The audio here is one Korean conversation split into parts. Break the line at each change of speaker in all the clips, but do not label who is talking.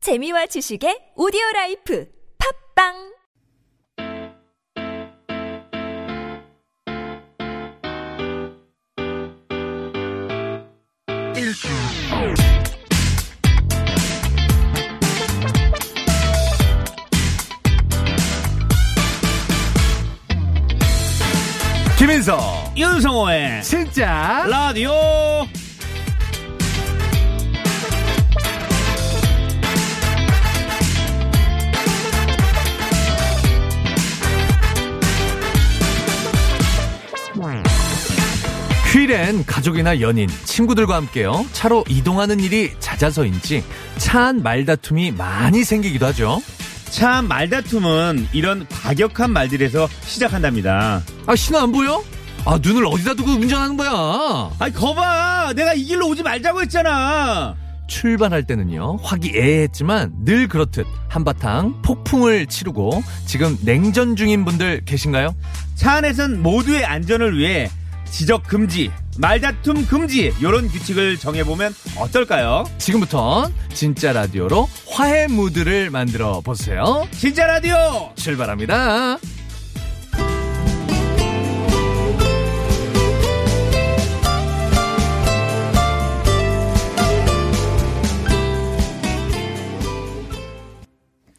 재미와 지식의 오디오 라이프 팝빵
김인석
윤성호의
진짜
라디오
휴일엔 가족이나 연인 친구들과 함께요 차로 이동하는 일이 잦아서인지 차 안 말다툼이 많이 생기기도 하죠
참 말다툼은 이런 과격한 말들에서 시작한답니다
아 신호 안 보여? 아 눈을 어디다 두고 운전하는 거야
아이 거봐 내가 이 길로 오지 말자고 했잖아
출발할 때는요 화기애애했지만 늘 그렇듯 한바탕 폭풍을 치르고 지금 냉전 중인 분들 계신가요?
차 안에선 모두의 안전을 위해 지적 금지 말다툼 금지 요런 규칙을 정해보면 어떨까요
지금부터 진짜 라디오로 화해 무드를 만들어 보세요
진짜 라디오
출발합니다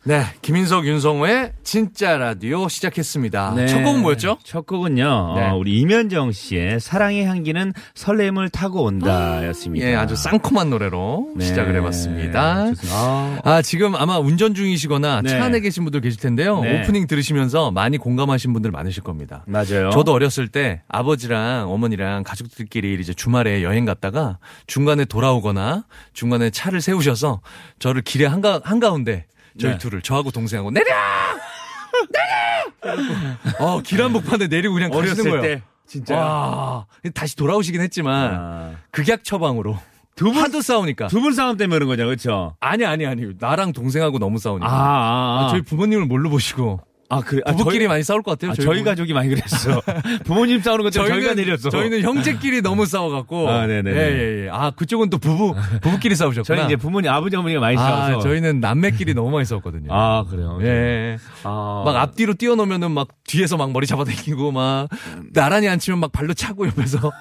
네, 김인석, 윤성호의 진짜 라디오 시작했습니다. 네.
네.
첫 곡은 뭐였죠?
첫 곡은요
네.
어, 우리 이면정 씨의 사랑의 향기는 설렘을 타고 온다였습니다
예, 아주 쌍콤한 노래로
네.
시작을 해봤습니다.
좋습니다. 아,
아, 지금 아마 운전 중이시거나
네.
차 안에 계신 분들 계실 텐데요.
네.
오프닝 들으시면서 많이 공감하신 분들 많으실 겁니다.
맞아요
저도 어렸을 때 아버지랑 어머니랑 가족들끼리 이제 주말에 여행 갔다가 중간에 돌아오거나 중간에 차를 세우셔서 저를 길에 한가, 한가운데 저희
네.
둘을 저하고 동생하고 내려! 내려! 어, 길 한복판에 내리고 그냥 가시는
아, 어렸을
거예요.
때 진짜
와, 다시 돌아오시긴 했지만
아.
극약 처방으로
두 분,
하도 싸우니까
두 분 싸움 때문에 그런 거죠, 그렇죠?
아니 아니 아니 나랑 동생하고 너무 싸우니까
아,
저희 부모님을 뭘로 보시고
아, 그, 아,
부부끼리
저희,
많이 싸울 것 같아요.
아, 저희
부모-
가족이 많이 그랬어. 부모님 싸우는 것 때문에 저희가
저희는-
내렸어.
저희는 형제끼리 너무 싸워갖고.
아, 네네네.
예, 예, 예. 아, 그쪽은 또 부부, 부부끼리 싸우셨구나.
저희 이제 부모님, 아버지, 어머니가 많이 싸워서.
아, 저희는 남매끼리 너무 많이 싸웠거든요.
아, 그래요.
예, 예.
아.
막 앞뒤로 뛰어놓으면은 막 뒤에서 막 머리 잡아당기고 막 나란히 앉히면 막 발로 차고 옆에서.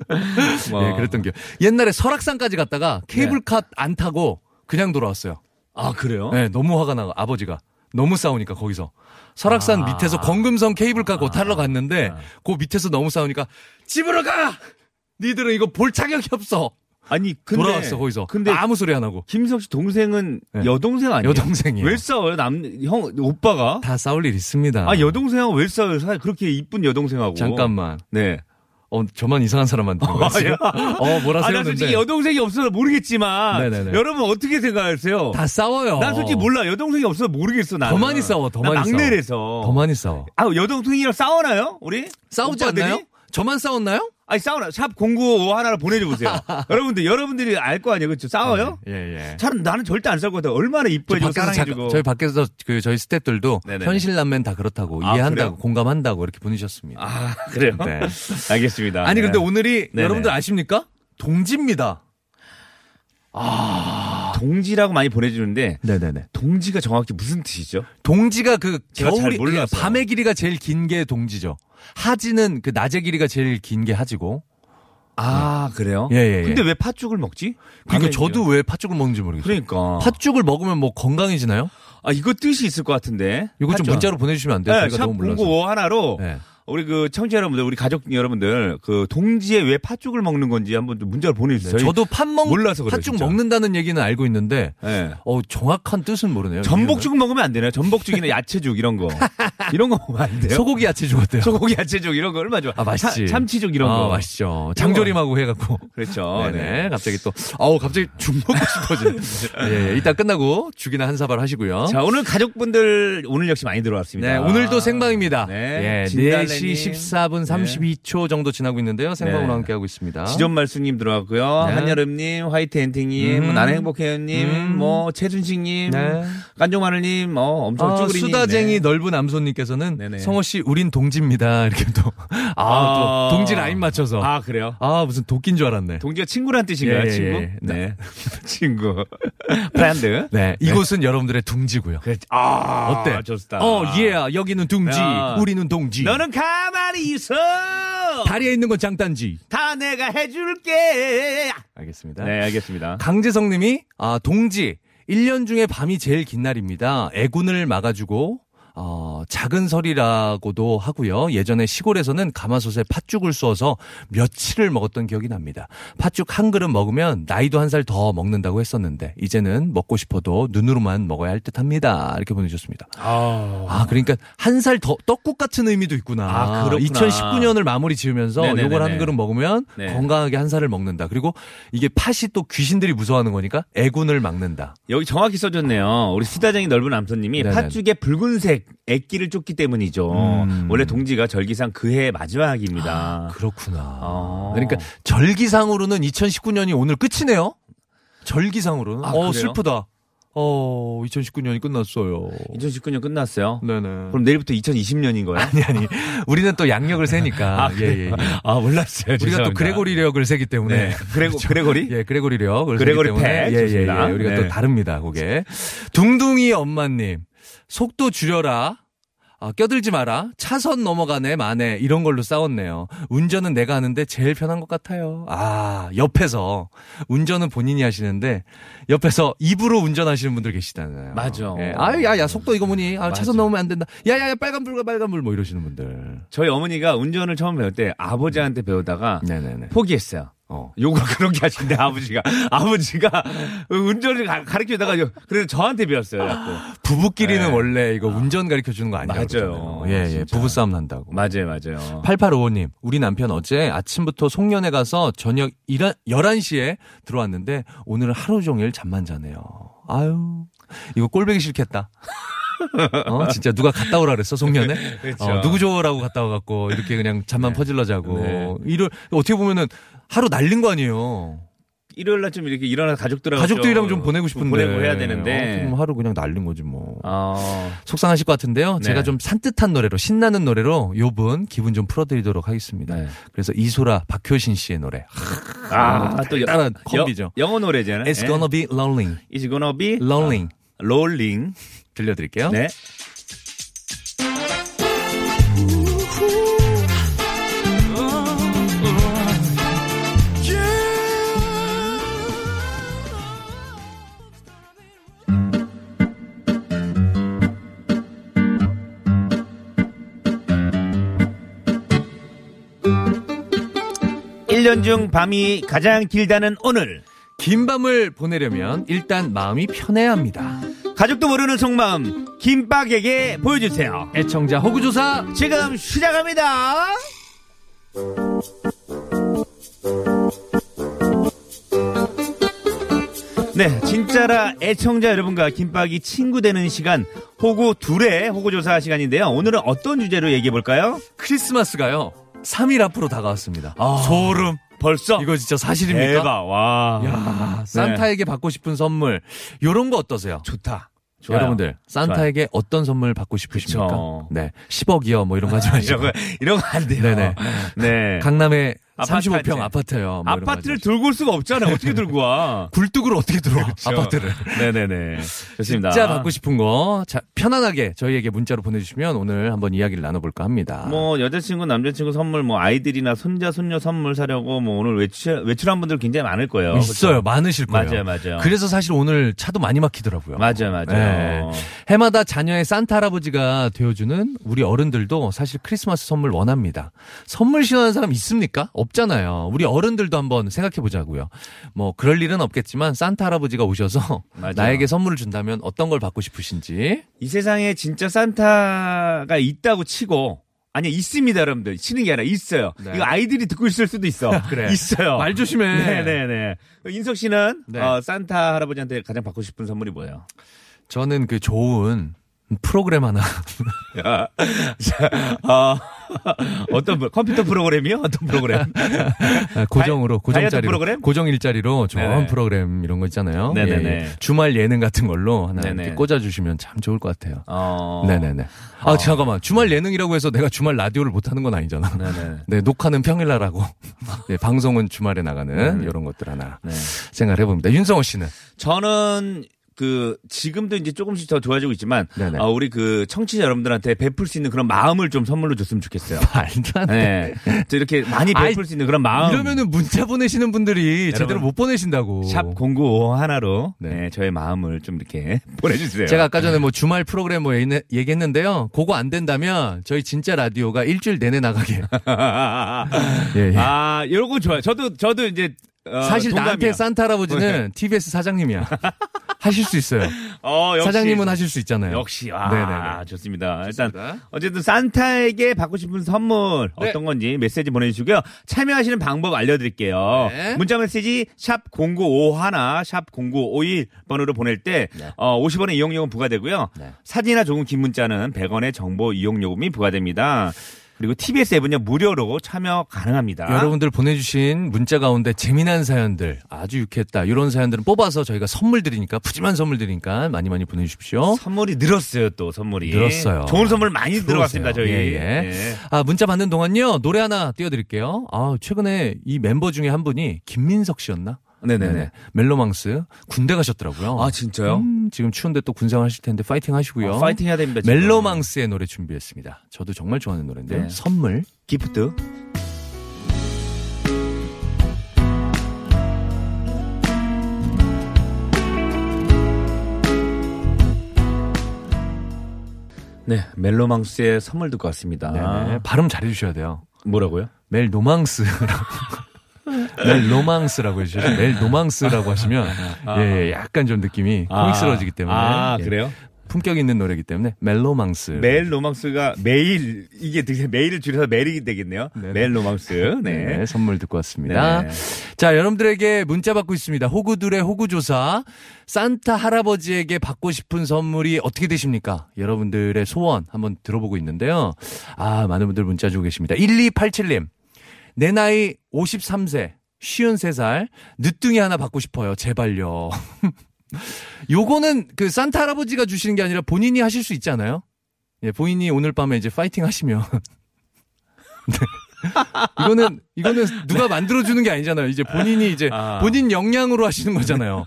와. 네.
예, 그랬던 게. 옛날에 설악산까지 갔다가 케이블카 안 타고 그냥 돌아왔어요.
아, 그래요?
예, 너무 화가 나고 아버지가 너무 싸우니까 거기서
아.
설악산 밑에서 권금성 케이블카 거 타러 갔는데 그 밑에서 너무 싸우니까 집으로 가. 니들은 이거 볼 자격이 없어.
아니, 근데.
돌아왔어 거기서.
근데
아무 소리 안 하고
김석 씨 동생은
네.
여동생 아니에요?
여동생이에요.
왜 싸워요? 남, 형, 오빠가?
다 싸울 일 있습니다.
아, 여동생하고 왜 싸워요? 사- 그렇게 이쁜 여동생하고.
잠깐만.
네.
어 저만 이상한 사람 만드는 거예요. 어 뭐라
아, 나 솔직히
세웠는데
여동생이 없어서 모르겠지만.
네네네.
여러분 어떻게 생각하세요?
다 싸워요.
난 솔직히 몰라. 여동생이 없어서 모르겠어, 나는.
어. 더 많이 싸워. 더
나
많이 싸워.
막내래서.
더 많이 싸워.
아, 여동생이랑 싸우나요? 우리?
싸우지
오빠들이?
않나요? 저만 싸웠나요?
아니, 싸우나. 샵 095 하나를 보내줘보세요. 여러분들, 여러분들이 알 거 아니에요? 그쵸? 싸워요?
예 예.
잘, 나는 절대 안 싸울 것 같아. 얼마나
저 밖에서
이뻐해주고 사랑해주고.
잠깐- 저희 밖에서 그 저희 스태프들도
네네네.
현실 남매는 다 그렇다고
아,
이해한다고
그래요?
공감한다고 이렇게 보내셨습니다.
아, 그래요?
네.
알겠습니다.
아니
네.
근데 오늘이
네네.
여러분들 아십니까? 동지입니다.
아. 동지라고 많이 보내주는데,
네네네.
동지가 정확히 무슨 뜻이죠?
동지가 그
제가 잘
겨울이
몰라서.
밤의 길이가 제일 긴 게 동지죠. 하지는 그 낮의 길이가 제일 긴 게 하지고.
아, 그래요?
예, 예, 예.
근데 왜 팥죽을 먹지?
그러니까
밤에
저도 왜 팥죽을 먹는지 모르겠어요.
그러니까.
팥죽을 먹으면 뭐 건강해지나요?
아, 이거 뜻이 있을 것 같은데.
이거 좀
팥죽.
문자로 보내주시면 안 돼요?
네,
저희가
샵
너무 몰라서.
095 하나로
네.
우리 그 청취자 여러분들, 우리 가족 여러분들, 그 동지에 왜 팥죽을 먹는 건지 한번 좀 문자를 보내주세요. 저희-
네, 저도 팥 먹,
몰라서 그래요,
팥죽
진짜.
먹는다는 얘기는 알고 있는데,
예.
어, 정확한 뜻은 모르네요.
전복죽 먹으면 안 되나요? 전복죽이나 야채죽 이런 거. 이런 거 먹으면 안 돼요?
소고기 야채죽 어때요?
소고기 야채죽 이런 거 얼마 좋아.
아, 맛있지.
참, 치죽 이런
아,
거.
맛있죠. 장조림하고 해갖고. 어,
그렇죠.
네네.
네.
갑자기 또, 아우, 갑자기 죽 먹고 싶어지네. 예, 예, 이따 끝나고 죽이나 한 사발 하시고요.
자, 오늘 가족분들 오늘 역시 많이 들어왔습니다.
네, 오늘도 네, 생방입니다.
네,
예,
진달래님. 선배님.
10시 14분 32초 정도 지나고 있는데요. 생방으로
네.
함께하고 있습니다.
지존말수님 들어갔고요.
네.
한여름님, 화이트 엔팅님,
음.
뭐 나는 행복해요님,
음.
뭐 최준식님,
네.
깐종마늘님, 어, 엄청
아,
쭈그리님.
수다쟁이
네.
넓은 암소님께서는
네네.
성호 씨 우린 동지입니다. 이렇게 또. 아,
아.
또 동지 라인 맞춰서. 아,
아 그래요?
무슨 도끼인 줄 알았네.
동지가 친구란 뜻인가요?
예, 예,
친구?
예.
네. 친구. 브랜드.
네, 이곳은 여러분들의 둥지고요.
그렇지. 아,
어때?
좋다.
어, 예. 여기는 둥지.
야.
우리는 동지.
너는 가만히 있어. 다,
다리에 있는 건 장단지.
내가 해줄게.
알겠습니다.
네, 알겠습니다.
강재성 님이 아, 동지 1년 중에 밤이 제일 긴 날입니다. 애군을 막아주고 어, 작은 설이라고도 하고요. 예전에 시골에서는 가마솥에 팥죽을 쏘서 며칠을 먹었던 기억이 납니다. 팥죽 한 그릇 먹으면 나이도 한 살 더 먹는다고 했었는데 이제는 먹고 싶어도 눈으로만 먹어야 할 듯합니다. 이렇게 보내주셨습니다.
아,
아, 그러니까 한 살 더 떡국 같은 의미도 있구나.
아, 그렇구나.
2019년을 마무리 지으면서
네네네네.
요걸 한 그릇 먹으면
네.
건강하게 한 살을 먹는다. 그리고 이게 팥이 또 귀신들이 무서워하는 거니까 애군을 막는다.
여기 정확히 써줬네요. 우리 수다쟁이 넓은 암소님이
네네.
팥죽의 붉은색 액기를 쫓기 때문이죠.
음.
원래 동지가 절기상 그해 마지막입니다.
그렇구나.
아.
그러니까 절기상으로는 2019년이 오늘 끝이네요. 절기상으로는.
아, 그래요?
어, 슬프다. 어, 2019년이 끝났어요.
2019년 끝났어요.
네네.
그럼 내일부터 2020년인 거예요?
아니, 아니. 우리는 또 양력을 세니까. 예, 예, 예.
아, 몰랐어요.
우리가 또
죄송합니다.
그레고리력을 세기 때문에.
네. 그레고, 그레고리?
예, 그레고리력. 그래서
그레고리
그렇기 때문에
팩.
예, 예,
좋습니다.
예. 우리가
네.
또 다릅니다, 그게. 둥둥이 엄마님, 속도 줄여라. 아, 껴들지 마라. 차선 넘어가네, 마네. 이런 걸로 싸웠네요. 운전은 내가 하는데 제일 편한 것 같아요. 아, 옆에서. 운전은 본인이 하시는데, 옆에서 입으로 운전하시는 분들 계시잖아요.
맞아.
예. 아, 야, 야, 속도 이거 뭐니? 아, 차선
맞아.
넘으면 안 된다. 야, 야, 야, 빨간불, 가 빨간불. 뭐 이러시는 분들.
저희 어머니가 운전을 처음 배울 때 아버지한테 배우다가
네네네.
포기했어요.
어.
요걸 그렇게 하신데 아버지가 아버지가 운전을 가르치다가 그래서 저한테 배웠어요. 자꾸.
아. 부부끼리는
네.
원래 이거 운전 가르쳐 주는 거 아니에요?
맞아요.
예, 예.
진짜.
부부싸움 난다고.
맞아요, 맞아요.
8855님, 우리 남편 어제 아침부터 송년회 가서 저녁 11시에 들어왔는데 오늘은 하루 종일 잠만 자네요. 아유, 이거 꼴보기 싫겠다. 어, 진짜 누가 갔다 오라 그랬어, 송년회?
그렇죠.
어, 누구 줘라고 갔다 와갖고 이렇게 그냥 잠만 퍼질러 자고.
네.
이럴, 어떻게 보면은 하루 날린 거 아니에요.
일요일 날 좀 이렇게 일어나 서 가족들하고
가족들이랑 좀 보내고 싶은데.
그렇죠. 보내고 해야
어,
되는데.
그럼 하루 그냥 날린 거지 뭐.
어,
속상하실 것 같은데요.
네.
제가 좀 산뜻한 노래로 신나는 노래로 요분 기분 좀 풀어드리도록 하겠습니다.
네.
그래서 이소라 박효신 씨의 노래
아, 또 여-
따라
여-
콤비죠.
영어 노래잖아요.
뭐 It's gonna be lonely,
예. It's gonna be
lonely
rolling.
들려드릴게요.
네. 일년중 밤이 가장 길다는 오늘
긴 밤을 보내려면 일단 마음이 편해야 합니다.
가족도 모르는 속마음 김밥에게 보여주세요.
애청자 호구조사
지금 시작합니다. 네, 진짜라 애청자 여러분과 김밥이 친구 되는 시간 호구 둘의 호구조사 시간인데요. 오늘은 어떤 주제로 얘기해 볼까요?
크리스마스가요. 3일 앞으로 다가왔습니다.
소름. 벌써
이거 진짜 사실입니까?
아, 대박. 아, 네. 와.
야, 산타에게 받고 싶은 선물 요런 거 어떠세요?
좋다.
여러분들 산타에게 어떤 선물 받고 싶으십니까?
그쵸. 아,
네, 10억이요 뭐 이런 거 하지 마시고
이런 거 이런 거 안 돼요.
네네.
네.
강남에
아파트
35평
한 채.
아파트요. 뭐 이런 거
아파트를
하죠.
들고 올 수가 없잖아요. 어떻게 들고 와?
굴뚝으로 어떻게 들어와 그렇죠. 아파트를
네네네. 좋습니다.
진짜 받고 싶은 거 자, 편안하게 저희에게 문자로 보내주시면 오늘 한번 이야기를 나눠볼까 합니다.
뭐 여자친구 남자친구 선물 뭐 아이들이나 손자 손녀 선물 사려고 뭐 오늘 외출 외출한 분들 굉장히 많을 거예요.
있어요 많으실 거예요.
그렇죠. 맞아요, 맞아요.
그래서 사실 오늘 차도 많이 막히더라고요.
맞아요, 맞아요.
네. 해마다 자녀의 산타 할아버지가 되어주는 우리 어른들도 사실 크리스마스 선물 원합니다. 선물 싫어하는 사람 있습니까? 없잖아요. 우리 어른들도 한번 생각해 보자고요. 뭐 그럴 일은 없겠지만 산타 할아버지가 오셔서
맞아요.
나에게 선물을 준다면 어떤 걸 받고 싶으신지.
이 세상에 진짜 산타가 있다고 치고 아니 있습니다, 여러분들. 치는 게 아니라 있어요.
네.
이거 아이들이 듣고 있을 수도 있어.
그래.
있어요.
말 조심해.
네네네. 인석 씨는
네.
어, 산타 할아버지한테 가장 받고 싶은 선물이 뭐예요?
저는 그 좋은 프로그램 하나.
야, 자, 아, 어떤 프로- 컴퓨터 프로그램이요? 어떤 프로그램?
고정으로
다이- 다이어트
고정짜리로
프로그램?
고정 일자리로 좋은
네네.
프로그램 이런 거 있잖아요.
네네네.
주말 예능 같은 걸로 하나
네네.
이렇게 꽂아주시면 참 좋을 것 같아요.
어,
네네네. 아 잠깐만 주말 예능이라고 해서 내가 주말 라디오를 못 하는 건 아니잖아.
네네.
네 녹화는 평일날 하고 네, 방송은 주말에
음.
나가는 이런 것들 하나
네.
생각해 을 봅니다. 윤성호 씨는
저는 그 지금도 이제 조금씩 더 좋아지고 있지만
네네.
아, 우리 그 청취자 여러분들한테 베풀 수 있는 그런 마음을 좀 선물로 줬으면 좋겠어요.
말도 안 돼.
네. 저 이렇게 많이 베풀
아이,
수 있는 그런 마음.
이러면은 문자 보내시는 분들이 제대로
여러분,
못 보내신다고.
샵 공구 하나로
네.
네, 저의 마음을 좀 이렇게 보내주세요.
제가 아까 전에 뭐 주말 프로그램 뭐 얘기- 얘기했는데요. 그거 안 된다면 저희 진짜 라디오가 일주일 내내 나가게. 예, 예.
아, 요거 좋아요. 저도 저도 이제 어,
사실
동감이야. 네.
나한테 산타 할아버지는 TBS 사장님이야. 하실 수 있어요.
어, 역시.
사장님은 하실 수 있잖아요.
역시 아
네. 네네네.
좋습니다. 일단
좋습니다.
어쨌든 산타에게 받고 싶은 선물
네.
어떤 건지 메시지 보내주시고요. 참여하시는 방법 알려드릴게요.
네.
문자 메시지 샵 #0951 샵 #0951 번호로 보낼 때
네.
어, 50원의 이용료금 부과되고요.
네.
사진이나 조금 긴 문자는 100원의 정보 이용료금이 부과됩니다. 그리고 TBS 앱은요 무료로 참여 가능합니다.
여러분들 보내주신 문자 가운데 재미난 사연들 아주 유쾌했다 이런 사연들은 뽑아서 저희가 선물 드리니까 푸짐한 선물 드리니까 많이 많이 보내주십시오.
선물이 늘었어요 또 선물이
늘었어요.
좋은 선물 많이
들어오세요.
들어갔습니다 저희.
예, 예.
네.
아, 문자 받는 동안요, 노래 하나 띄워드릴게요. 아, 최근에 이 멤버 중에 한 분이 김민석 씨였나?
네네네.
멜로망스 군대 가셨더라고요.
아, 진짜요?
음, 지금 추운데 또 군생하실 텐데 파이팅 하시고요.
어, 파이팅 해야 됩니다. 지금.
멜로망스의 노래 준비했습니다. 저도 정말 좋아하는 노래인데
네.
선물.
기프트. 네, 멜로망스의 선물 듣고 왔습니다.
네네. 발음 잘해주셔야 돼요.
뭐라고요?
멜로망스라고. 멜로망스라고 해주셔서 멜로망스라고 하시면 예, 약간 좀 느낌이 코믹스러워지기 때문에
아,
예,
그래요?
품격 있는 노래이기 때문에 멜로망스
네. 멜로망스가 매일 이게 되게 매일을 줄여서 멜이 되겠네요.
네네.
멜로망스.
네.
네.
선물 듣고 왔습니다.
네.
자, 여러분들에게 문자 받고 있습니다. 호구들의 호구조사. 산타 할아버지에게 받고 싶은 선물이 어떻게 되십니까? 여러분들의 소원 한번 들어보고 있는데요. 아, 많은 분들 문자 주고 계십니다. 1287님. 내 나이 53세, 53살, 늦둥이 하나 받고 싶어요. 제발요. 요거는 그 산타 할아버지가 주시는 게 아니라 본인이 하실 수 있지 않아요? 예, 본인이 오늘 밤에 이제 파이팅 하시면. 네. 이거는 이거는 누가 만들어 주는 게 아니잖아요. 이제 본인이 이제
아.
본인 역량으로 하시는 거잖아요.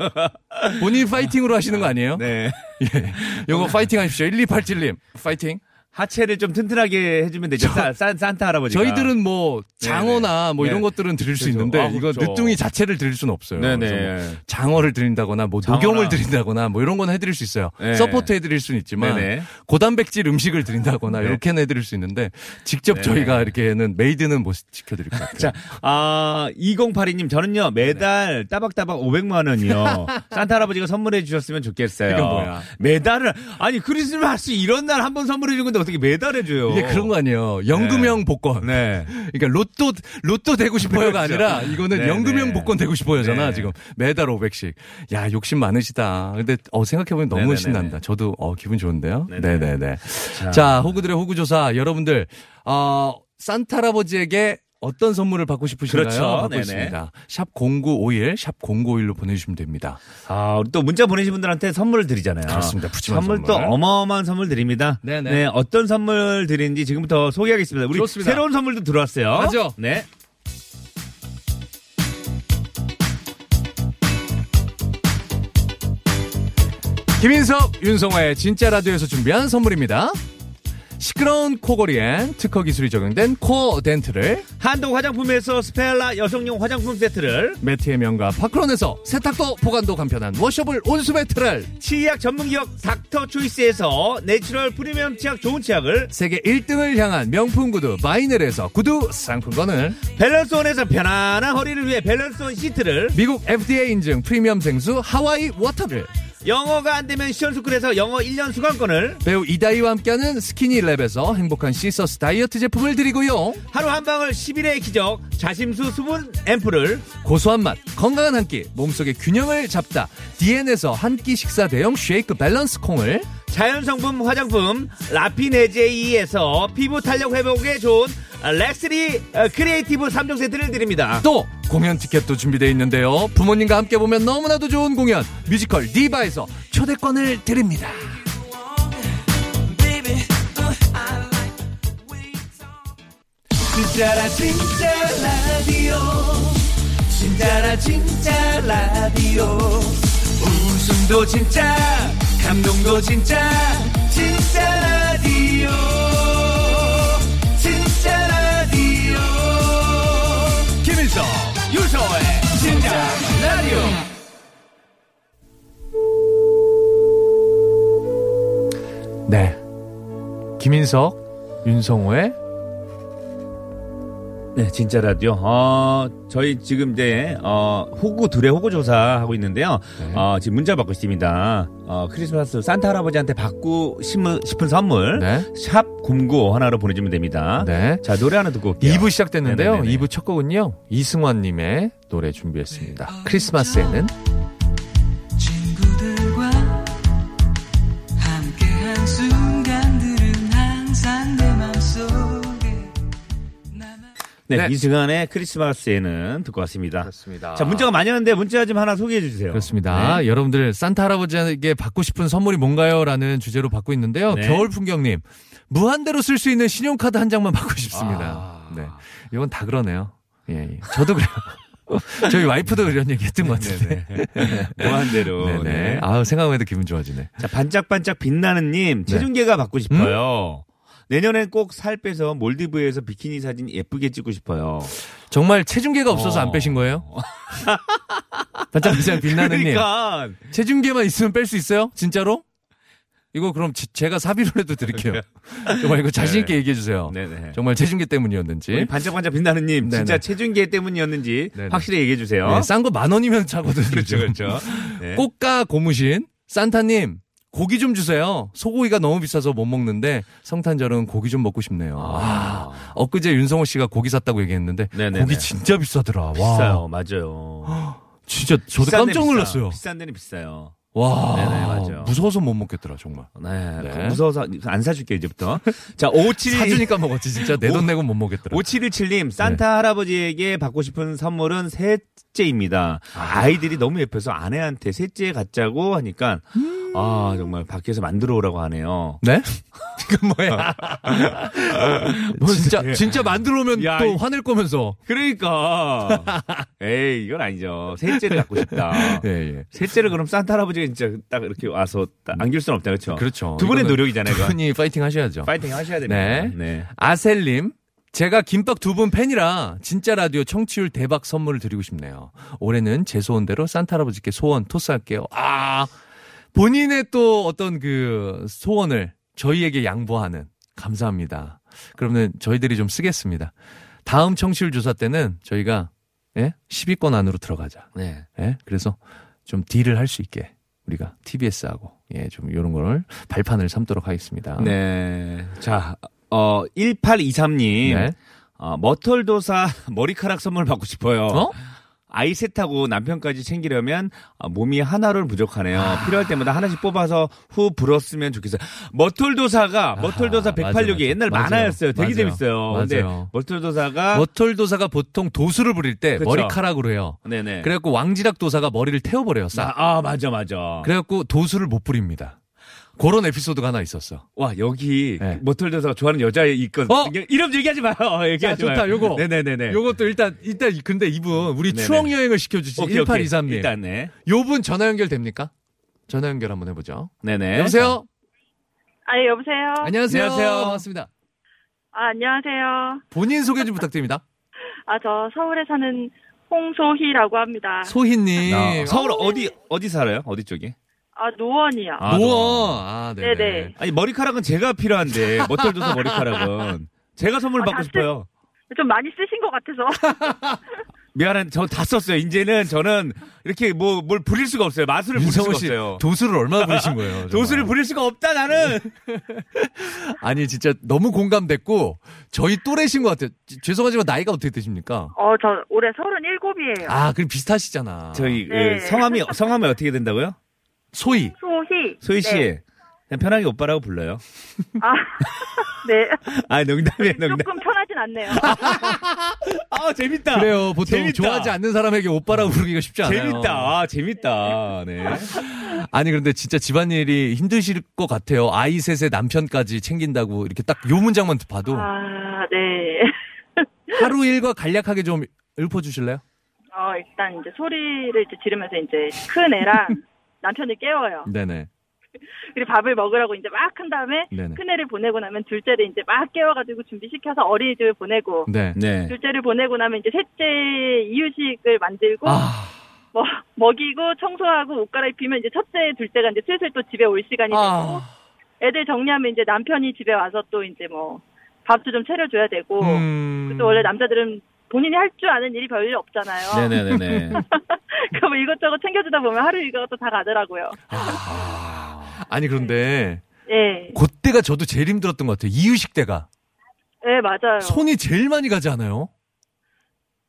본인 파이팅으로 하시는 거 아니에요?
네.
예. 요거 파이팅 하십시오. 1287님. 파이팅.
하체를 좀 튼튼하게 해주면 되죠. 산- 산, 산타 할아버지.
저희들은 뭐 장어나 뭐
네.
이런 것들은 드릴 수
그렇죠.
있는데
아,
이거
그렇죠.
늦둥이 자체를 드릴 수는 없어요. 그래서
네네.
장어를 드린다거나 뭐
장어나.
녹용을 드린다거나 뭐 이런 건 해드릴 수 있어요.
네.
서포트 해드릴 수는 있지만
네네. 네.
고단백질 음식을 드린다거나 이렇게는 해드릴 수 있는데 직접 저희가 이렇게는 메이드는 못 지켜드릴 것 같아요.
자, 아, 2082님, 저는요,
네.
매달 따박따박 500만원이요. 산타 할아버지가 선물해 주셨으면 좋겠어요.
이건 뭐야?
매달을, 아니, 크리스마스 이런 날 한 번 선물해 준 건데 어떻게 매달 해줘요?
이게 그런 거 아니에요. 연금형 복권.
네.
그러니까 로또 로또 되고 싶어요가
그렇죠.
아니라 이거는
네,
연금형
네.
복권 되고 싶어요잖아
네.
지금 매달 500씩. 야 욕심 많으시다. 근데 어, 생각해보면 너무
네, 네, 네,
신난다. 저도 어, 기분 좋은데요.
네, 네.
네네네. 자 호구들의 호구조사 여러분들 어, 산타 할아버지에게 어떤 선물을 받고 싶으신가요?
그렇죠.
받고
네네.
있습니다. 샵 0951, 샵 0951로 보내주시면 됩니다.
아, 우리 또 문자 보내신 분들한테 선물을 드리잖아요.
그렇습니다. 푸짐한
선물 또
선물.
어마어마한 선물 드립니다.
네네.
네, 어떤 선물 드리는지 지금부터 소개하겠습니다. 우리
좋습니다.
새로운 선물도 들어왔어요.
맞아.
네.
김인섭, 윤성화의 진짜 라디오에서 준비한 선물입니다. 시끄러운 코골이엔 특허 기술이 적용된 코어 덴트를
한독 화장품에서 스펠라 여성용 화장품 세트를
매트의 명가 파크론에서 세탁도 보관도 간편한 워셔블 온수 매트를
치약 전문기업 닥터 초이스에서 내추럴 프리미엄 치약 좋은 치약을
세계 1등을 향한 명품 구두 바이넬에서 구두 상품권을
밸런스온에서 편안한 허리를 위해 밸런스온 시트를
미국 FDA 인증 프리미엄 생수 하와이 워터를
영어가 안 되면 시원스쿨에서 영어 1년 수강권을
배우 이다희와 함께하는 스키니랩에서 행복한 시서스 다이어트 제품을 드리고요
하루 한 방울 10일의 기적 자심수 수분 앰플을
고소한 맛 건강한 한 끼 몸속의 균형을 잡다 DN에서 한 끼 식사 대용 쉐이크 밸런스 콩을
자연성분 화장품 라피네제이에서 피부 탄력 회복에 좋은 렉스리 어, 크리에이티브 3종 세트를 드립니다.
또 공연 티켓도 준비되어 있는데요. 부모님과 함께 보면 너무나도 좋은 공연 뮤지컬 디바에서 초대권을 드립니다.
진짜라 진짜 라디오 진짜라 진짜 라디오 웃음도 진짜 감동도 진짜 진짜 라디오 진짜 라디오 김일성 유서의 진짜 라디오
네. 김인석, 윤성호의
네, 진짜 라디오. 어, 저희 지금 이제, 어, 호구 둘의 호구 조사하고 있는데요.
네.
어, 지금 문자 받고 있습니다. 어, 크리스마스 산타 할아버지한테 받고 싶은, 싶은 선물.
네.
샵 공구 하나로 보내주면 됩니다.
네.
자, 노래 하나 듣고 올게요.
2부 시작됐는데요.
네네네네.
2부 첫 곡은요. 이승환님의 노래
네. 아,
준비했습니다. 크리스마스에는
친구들과 함께한 순간들은 항상 내 맘속에 남아
네,
네.
이 시간에 크리스마스에는 듣고 왔습니다.
그렇습니다.
자, 문자가 많이 왔는데 문자 좀 하나 소개해 주세요.
그렇습니다. 여러분들 산타 할아버지에게 받고 싶은 선물이 뭔가요?라는 주제로 받고 있는데요.
네.
겨울 풍경님 무한대로 쓸 수 있는 신용카드 한 장만 받고 싶습니다. 네, 이건 다 그러네요. 예, 예. 저도 그래요. 저희 와이프도 이런 얘기했던 것 같은데.
네. 뭐 무한대로.
네, 네네.
네.
아 생각만 해도 기분 좋아지네.
자, 반짝반짝
네.
빛나는님, 체중계가 받고 싶어요.
음?
내년엔 꼭 살 빼서 몰디브에서 비키니 사진 예쁘게 찍고 싶어요.
정말 체중계가 없어서 안
어.
빼신 거예요? 반짝반짝 빛나는님.
그러니까
체중계만 있으면 뺄 수 있어요? 진짜로? 이거 그럼 지- 제가 사비로라도 드릴게요. 정말 이거 자신 있게 얘기해 주세요.
네. 네네.
어, 정말 체중계 때문이었는지.
우리 반짝반짝 빛나는님,
네네.
진짜 체중계 때문이었는지
네네.
확실히 얘기해 주세요.
싼 거 만 원이면 차거든요.
그렇죠, 그렇죠. 네.
꽃가 고무신 산타님 고기 좀 주세요. 소고기가 너무 비싸서 못 먹는데 성탄절은 고기 좀 먹고 싶네요. 아, 엊그제 윤성호 씨가 고기 샀다고 얘기했는데
네네네.
고기 진짜 비싸더라. 와,
비싸요, 맞아요.
진짜 저도
비싼 데
깜짝 놀랐어요.
비싸요. 비싼 데는 비싸요.
와,
네네, 맞아요.
무서워서 못 먹겠더라 정말.
네,
네.
무서워서 안 사줄게 이제부터. 자, 571
사주니까 먹었지 진짜 내 돈
오-
내고 못
그렇죠.
먹겠더라.
5717님, 산타 할아버지에게 받고 싶은 선물은 셋째입니다. 아이들이 너무 예뻐서 아내한테 셋째 갖자고 하니까, 아, 정말 밖에서 만들어 오라고 하네요.
네? 어. 그 뭐야? 뭐 진짜 진짜 만들어 오면
야,
또
이-
화낼 거면서.
그러니까. 에이, 이건 아니죠. 셋째를 갖고 싶다.
예, 예.
셋째를 그럼 산타 할아버지가 진짜 딱 이렇게 와서 딱 안길 수는 없다. 그렇죠?
그렇죠.
두 분의
이거는
노력이잖아요.
두
이건.
분이 파이팅 하셔야죠.
파이팅 하셔야 됩니다.
네. 아셀님, 제가 김밥 두 분 팬이라 진짜 라디오 청취율 대박 선물을 드리고 싶네요. 올해는 제 소원대로 산타 할아버지께 소원 토스할게요. 아, 본인의 또 어떤 그 소원을 저희에게 양보하는 감사합니다. 그러면 저희들이 좀 쓰겠습니다. 다음 청취율 조사 때는 저희가 예? 10위권 안으로 들어가자.
네.
예? 그래서 좀 딜을 할 수 있게 우리가 TBS하고 예, 좀 이런 걸 발판을 삼도록 하겠습니다.
네. 자, 어, 1823님.
네.
어, 머털도사 머리카락 선물 받고 싶어요.
어?
아이 셋하고 남편까지 챙기려면 아, 몸이 하나로는 부족하네요.
아.
필요할 때마다 하나씩 뽑아서 후 불었으면 좋겠어요. 머털도사가 머털도사
맞아,
186이
맞아.
옛날
맞아요.
만화였어요. 되게
맞아요.
재밌어요. 근데
맞아요.
머털도사가
머털 도사가 보통 도수를 부릴 때
그쵸.
머리카락으로 해요.
네네.
그래갖고 왕지락 도사가 머리를 태워버려요. 싹.
아, 아, 맞아 맞아.
그래갖고 도수를 못 부립니다. 그런 에피소드가 하나 있었어.
와 여기
네.
머털도사가 좋아하는 여자 있거든요.
어?
이름 얘기하지 마요. 얘기하지
자, 좋다,
마요.
요거.
네네네네.
요것도 일단 일단 근데 이분 우리
네네.
추억 여행을 시켜주신
오케이, 오케이.
1823님.
일단 네.
요분 전화 연결 됩니까? 전화 연결 한번 해보죠.
네네.
여보세요.
아, 예, 여보세요?
안녕하세요.
안녕하세요.
반갑습니다.
아, 안녕하세요.
본인 소개 좀 부탁드립니다.
아, 저 서울에 사는 홍소희라고
아.
합니다.
소희님.
나- 서울 어디 어디 살아요? 어디 쪽에?
아, 노원이요.
아,
노원. 아, 네네.
네네.
아니 머리카락은 제가 필요한데 머털도사 머리카락은 제가 선물
아,
받고
다 쓰-
싶어요.
좀 많이 쓰신 것 같아서.
미안한 저 다 썼어요. 이제는 저는 이렇게 뭐 뭘 부릴 수가 없어요. 마술을 부릴 수가
윤성호 씨
없어요.
도수를 얼마나 부리신 거예요? 정말?
도수를 부릴 수가 없다 나는.
아니 진짜 너무 공감됐고 저희 또래신 것 같아요. 지- 죄송하지만 나이가 어떻게 되십니까?
어, 저 올해 37이에요.
아 그럼 비슷하시잖아.
저희 그
네.
성함이 성함이 어떻게 된다고요?
소희.
소희.
소희 씨.
네.
그냥 편하게 오빠라고 불러요.
아, 네.
아, 농담이에요, 농담.
조금 편하진 않네요.
아, 재밌다.
그래요. 보통
재밌다.
좋아하지 않는 사람에게 오빠라고 부르기가 쉽지 않아요.
재밌다. 아, 재밌다. 네.
아니 그런데 진짜 집안일이 힘드실 것 같아요. 아이 셋에 남편까지 챙긴다고 이렇게 딱 요 문장만 봐도
아, 네.
하루 일과 간략하게 좀 읊어주실래요?
어, 일단 이제 소리를 이제 지르면서 이제 큰 애랑 남편을 깨워요.
네네.
그리고 밥을 먹으라고 이제 막 한 다음에
네네.
큰 애를 보내고 나면 둘째를 이제 막 깨워가지고 준비시켜서 어린이집을 보내고
네.
네.
둘째를 보내고 나면 이제 셋째 이유식을 만들고
아,
뭐 먹이고 청소하고 옷 갈아입히면 이제 첫째 둘째가 이제 슬슬 또 집에 올 시간이 되고
아,
애들 정리하면 이제 남편이 집에 와서 또 이제 뭐 밥도 좀 차려줘야 되고
음.
또 원래 남자들은 본인이 할 줄 아는 일이 별일 없잖아요.
네네네네.
그럼 이것저것 챙겨주다 보면 하루 일과가 또 다 가더라고요.
아니 그런데
예,
그때가 저도 제일 힘들었던 것 같아요. 이유식 때가
예 맞아요.
손이 제일 많이 가지 않아요?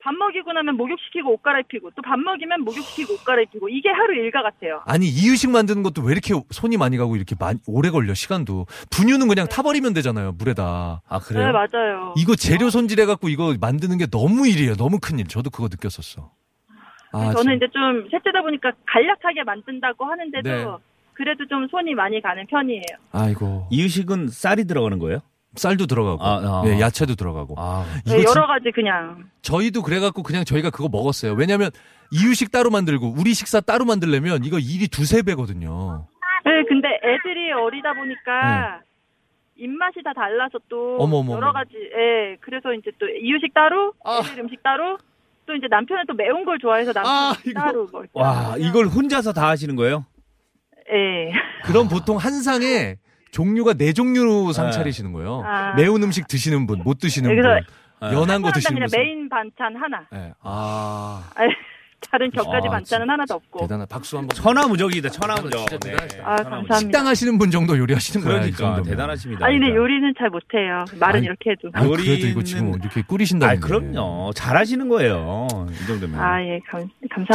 밥 먹이고 나면 목욕시키고 옷 갈아입히고 또 밥 먹이면 목욕시키고 옷 갈아입히고 이게 하루 일과 같아요.
아니 이유식 만드는 것도 왜 이렇게 손이 많이 가고 이렇게 많이- 오래 걸려 시간도 분유는 그냥 타버리면 되잖아요 물에다.
아,
네
그래요?
맞아요.
이거 재료 손질해 갖고 이거 만드는 게 너무 일이에요. 너무 큰 일. 저도 그거 느꼈었어. 아,
저는
참.
이제 좀 셋째다 보니까 간략하게 만든다고 하는데도
네.
그래도 좀 손이 많이 가는 편이에요.
아이고
이유식은 쌀이 들어가는 거예요?
쌀도 들어가고
아, 아.
예, 야채도 들어가고
아.
이거
네,
진-
여러 가지 그냥
저희도 그래갖고 그냥 저희가 그거 먹었어요. 왜냐면 이유식 따로 만들고 우리 식사 따로 만들려면 이거 일이 두세 배거든요.
네, 근데 애들이 어리다 보니까 입맛이 다 달라서 또
네. 어머머머.
여러 가지 예 그래서 이제 또 이유식 따로 애들 음식 따로 또 이제 남편은 또 매운 걸 좋아해서 남편
아,
은
이거.
따로 뭐 뭘
와, 이걸 혼자서 다 하시는 거예요?
예.
그럼 보통 한 상에 종류가 네 종류로 상
아. 네.
차리시는 거예요.
아. 네,
매운 음식 드시는 분, 못 드시는 분,
그래서
네.
연한 거
하나당
드시는
그냥
분.
메인 반찬 하나
예. 아
아, 다른 곁가지
아,
반찬은 하나도 없고
대단한 박수 한번.
천하무적이다, 천하무적.
아, 진짜 대단하시다.
아
천하무적.
감사합니다
식당 하시는 분 정도 요리하시는 거예요. 이
그러니까
정도면.
대단하십니다.
아니 근데
진짜.
요리는 잘 못해요 말은
아니,
이렇게 해도
아, 그래도 이거 지금
요리는-
이렇게
아,
꾸리신다는 게.
그럼요. 잘하시는 거예요. 이 정도면.
아 예 감사합니다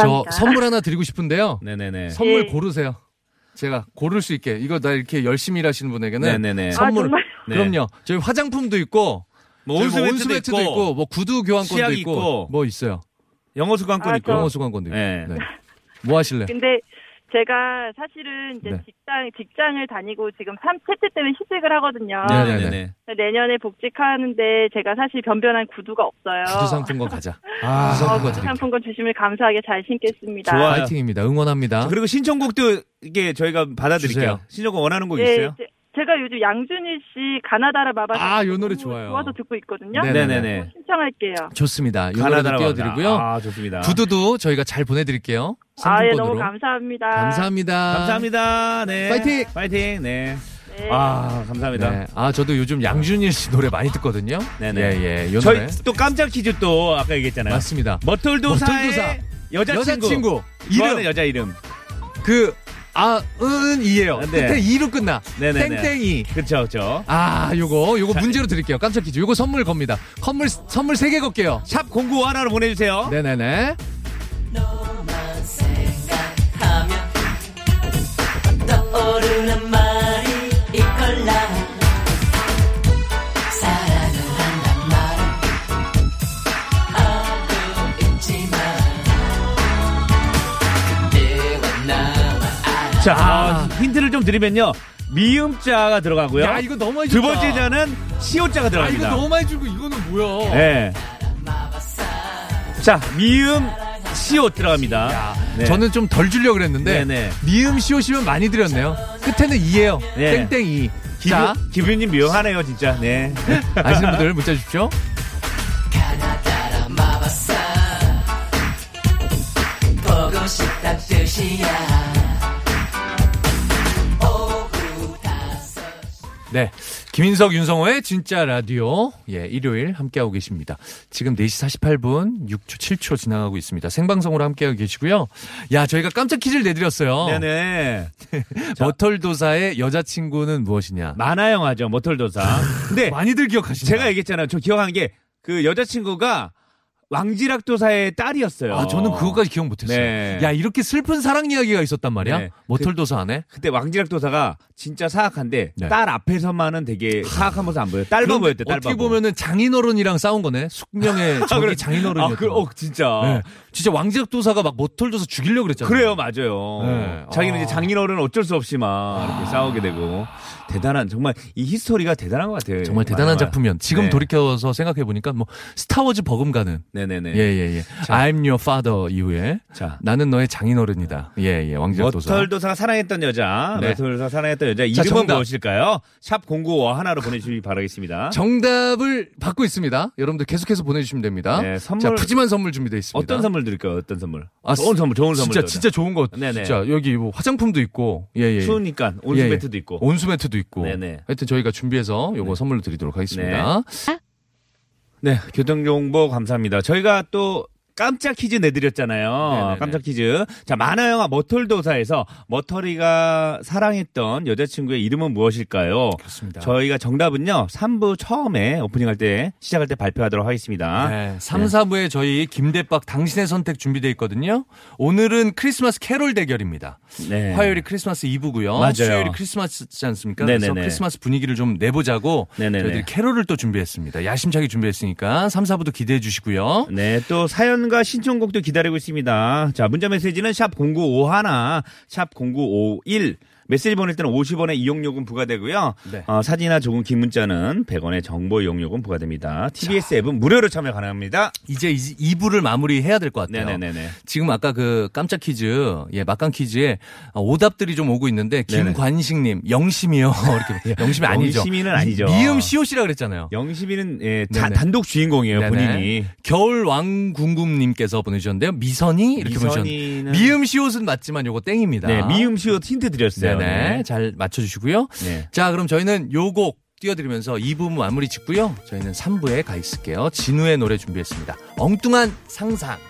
네. 저 선물 하나 드리고 싶은데요.
네네네.
선물
그러니까. 예.
고르세요. 제가 고를 수 있게 이거 나 이렇게 열심히 일하시는 분에게는
네네네.
아,
선물
정말?
네.
그럼요. 저희 화장품도 있고 저희
뭐
뭐
온수매트도
온수매트도
있고,
있고, 뭐 구두 교환권도
치약
있고,
있고.
뭐 있어요.
영어 수강권
아,
있고.
저-
영어 수강권도 있고.
네.
네. 뭐 하실래요?
근데 제가 사실은 이제
네.
직장 직장을 다니고 지금 삼 채째 때문에 휴직을 하거든요.
네.
네네네.
내년에 복직하는데 제가 사실 변변한 구두가 없어요. 어,
구두 상품권 가자.
아,
구두 상품권
구두
드릴게요.
상품권 주시면 감사하게 잘 신겠습니다.
좋아요.
파이팅입니다. 응원합니다.
아, 그리고 신청곡도 이게 저희가 받아드릴게요.
주세요.
신청곡 원하는 곡
예,
있어요?
제- 제가 요즘 양준일 씨 가나다라 마바
아, 요 노래
너무
좋아요.
좋아서 듣고 있거든요.
네.
네네네.
신청할게요.
좋습니다. 요 노래도
가나다라
띄워드리고요.
아, 좋습니다.
구두도 저희가 잘 보내드릴게요.
아, 예,
상품권으로.
너무 감사합니다.
감사합니다.
감사합니다. 네.
파이팅!
파이팅. 네.
네.
아, 감사합니다.
네. 아, 저도 요즘 양준일 씨 노래 많이 듣거든요.
네네.
예, 예. 요
저희
노래.
또 깜짝 퀴즈 또 아까 얘기했잖아요.
맞습니다.
머털도사의
머털도사.
여자친구.
여자친구.
좋아하는
이름.
여자 이름.
그, 아, 은, 이에요.
네.
끝에 이로 끝나.
네네네.
땡땡이.
그쵸, 그쵸.
아, 요거, 요거 문제로 드릴게요. 깜짝 퀴즈. 요거 선물 겁니다. 선물, 선물 세 개 걸게요.
샵 공구 하나로 보내주세요.
네네네.
너만 생각하면 떠오르는 말이 있걸라 사랑을 한단 말은 알고 있지만 네와 나만
네.
자, 아, 힌트를 좀 드리면요. 미음자가 들어가고요.
야, 이거 너무 많이
두
준다.
번째 자는 시옷자가
아, 이거
들어갑니다.
너무 많이 주고, 이거는 뭐야.
네. 자, 미음 시옷 들어갑니다. 네.
저는 좀 덜 주려고 그랬는데
네네.
미음 시오시면 많이 드렸네요. 끝에는 이예요.
네.
땡땡이.
기분,
자,
기분이 묘하네요, 진짜. 네.
아시는 분들 문자 주십시오.
가나다라 마바사 보고 싶다 뜻이야 오후 다섯
네. 김인석, 윤성호의 진짜 라디오. 예, 일요일 함께하고 계십니다. 지금 4시 48분 6초 7초 지나가고 있습니다. 생방송으로 함께하고 계시고요. 야, 저희가 깜짝 퀴즈를 내드렸어요.
네네.
머털도사의 여자친구는 무엇이냐.
만화영화죠, 머털도사. 근데
많이들 기억하시죠?
제가 얘기했잖아요. 저 기억하는 게 그 여자친구가 왕지락도사의 딸이었어요.
아, 저는 그것까지 기억 못했어요.
네.
야, 이렇게 슬픈 사랑 이야기가 있었단 말이야?
네.
모털도사 안에?
그때 왕지락도사가 진짜 사악한데
네.
딸 앞에서만은 되게 사악한 모습 안 보여요. 딸바
그런데
보였대. 딸바.
어떻게 보면은 장인어른이랑 싸운 거네. 숙명의 저기
그래.
장인어른이었던
아, 그, 어, 진짜.
네. 진짜 왕지락도사가 막 모털도사 죽이려고 그랬잖아요.
그래요, 맞아요.
네.
자기는
아.
이제 장인어른 어쩔 수 없이 막 이렇게 싸우게 되고 대단한 정말 이 히스토리가 대단한 것 같아요.
네. 정말 대단한
정말.
작품이었. 지금
네.
돌이켜서 생각해 보니까 뭐 스타워즈 버금가는
네네네.
예예예.
자.
I'm your father 이후에
자.
나는 너의 장인어른이다. 예예. 왕지락도사.
머털도사가 사랑했던 여자,
네.
머털도사가 사랑했던 여자
자,
이름은
정답.
무엇일까요? 샵 공구어 하나로 보내주시기 바라겠습니다.
정답을 받고 있습니다. 여러분들 계속해서 보내주시면 됩니다.
네, 선물-
자, 푸짐한 선물 준비되어 있습니다.
어떤 선물 드릴까요? 어떤 선물?
아,
좋은 선물, 좋은 선물.
진짜 진짜 좋은 거.
네네.
진짜 여기 뭐 화장품도 있고 예예.
추우니까 온수 매트도 있고.
온수 매트도 있고. 네.
네네.
하여튼 저희가 준비해서 요거 선물로 드리도록 하겠습니다.
네, 교통정보 감사합니다. 저희가 또 깜짝 퀴즈 내드렸잖아요.
네네네.
깜짝 퀴즈. 자, 만화영화 머털도사에서 머털이가 사랑했던 여자친구의 이름은 무엇일까요?
그렇습니다.
저희가 정답은요, 3부 처음에 오프닝할 때, 시작할 때 발표하도록 하겠습니다.
네, 3, 4부에 저희 김대박 당신의 선택 준비되어 있거든요. 오늘은 크리스마스 캐롤 대결입니다.
네.
화요일이 크리스마스 이브고요.
맞아요.
수요일이 크리스마스지 않습니까? 그래서
네네네.
크리스마스 분위기를 좀 내보자고
네네네.
저희들이 캐롤을 또 준비했습니다. 야심차게 준비했으니까 3, 4부도 기대해 주시고요.
네, 또 사연과 신청곡도 기다리고 있습니다. 자, 문자 메시지는 샵 0951, 샵 0951. 메시지 보낼 때는 50원의 이용요금 부과되고요.
네.
어, 사진이나 조금 긴 문자는 100원의 정보 이용요금 부과됩니다. TBS 앱은 무료로 참여 가능합니다.
이제 2부를 마무리해야 될 것 같아요.
네네네네.
지금 아까 그 깜짝 퀴즈, 예, 막간 퀴즈에 오답들이 좀 오고 있는데 김관식님 영심이요. 이렇게 영심이 아니죠.
영심이는 아니죠.
미음 시옷이라 그랬잖아요.
영심이는 예, 자-
네네.
단독 주인공이에요,
네네.
본인이.
겨울 왕궁궁님께서 보내주셨는데요. 미선이 이렇게
미선이는-
보내주셨는데 미음 시옷은 맞지만 요거 땡입니다.
네, 미음 시옷 힌트 드렸어요.
네네 잘 맞춰주시고요.
네.
자 그럼 저희는 요곡 띄워드리면서 2부 마무리 짓고요. 저희는 3부에 가 있을게요. 진우의 노래 준비했습니다. 엉뚱한 상상.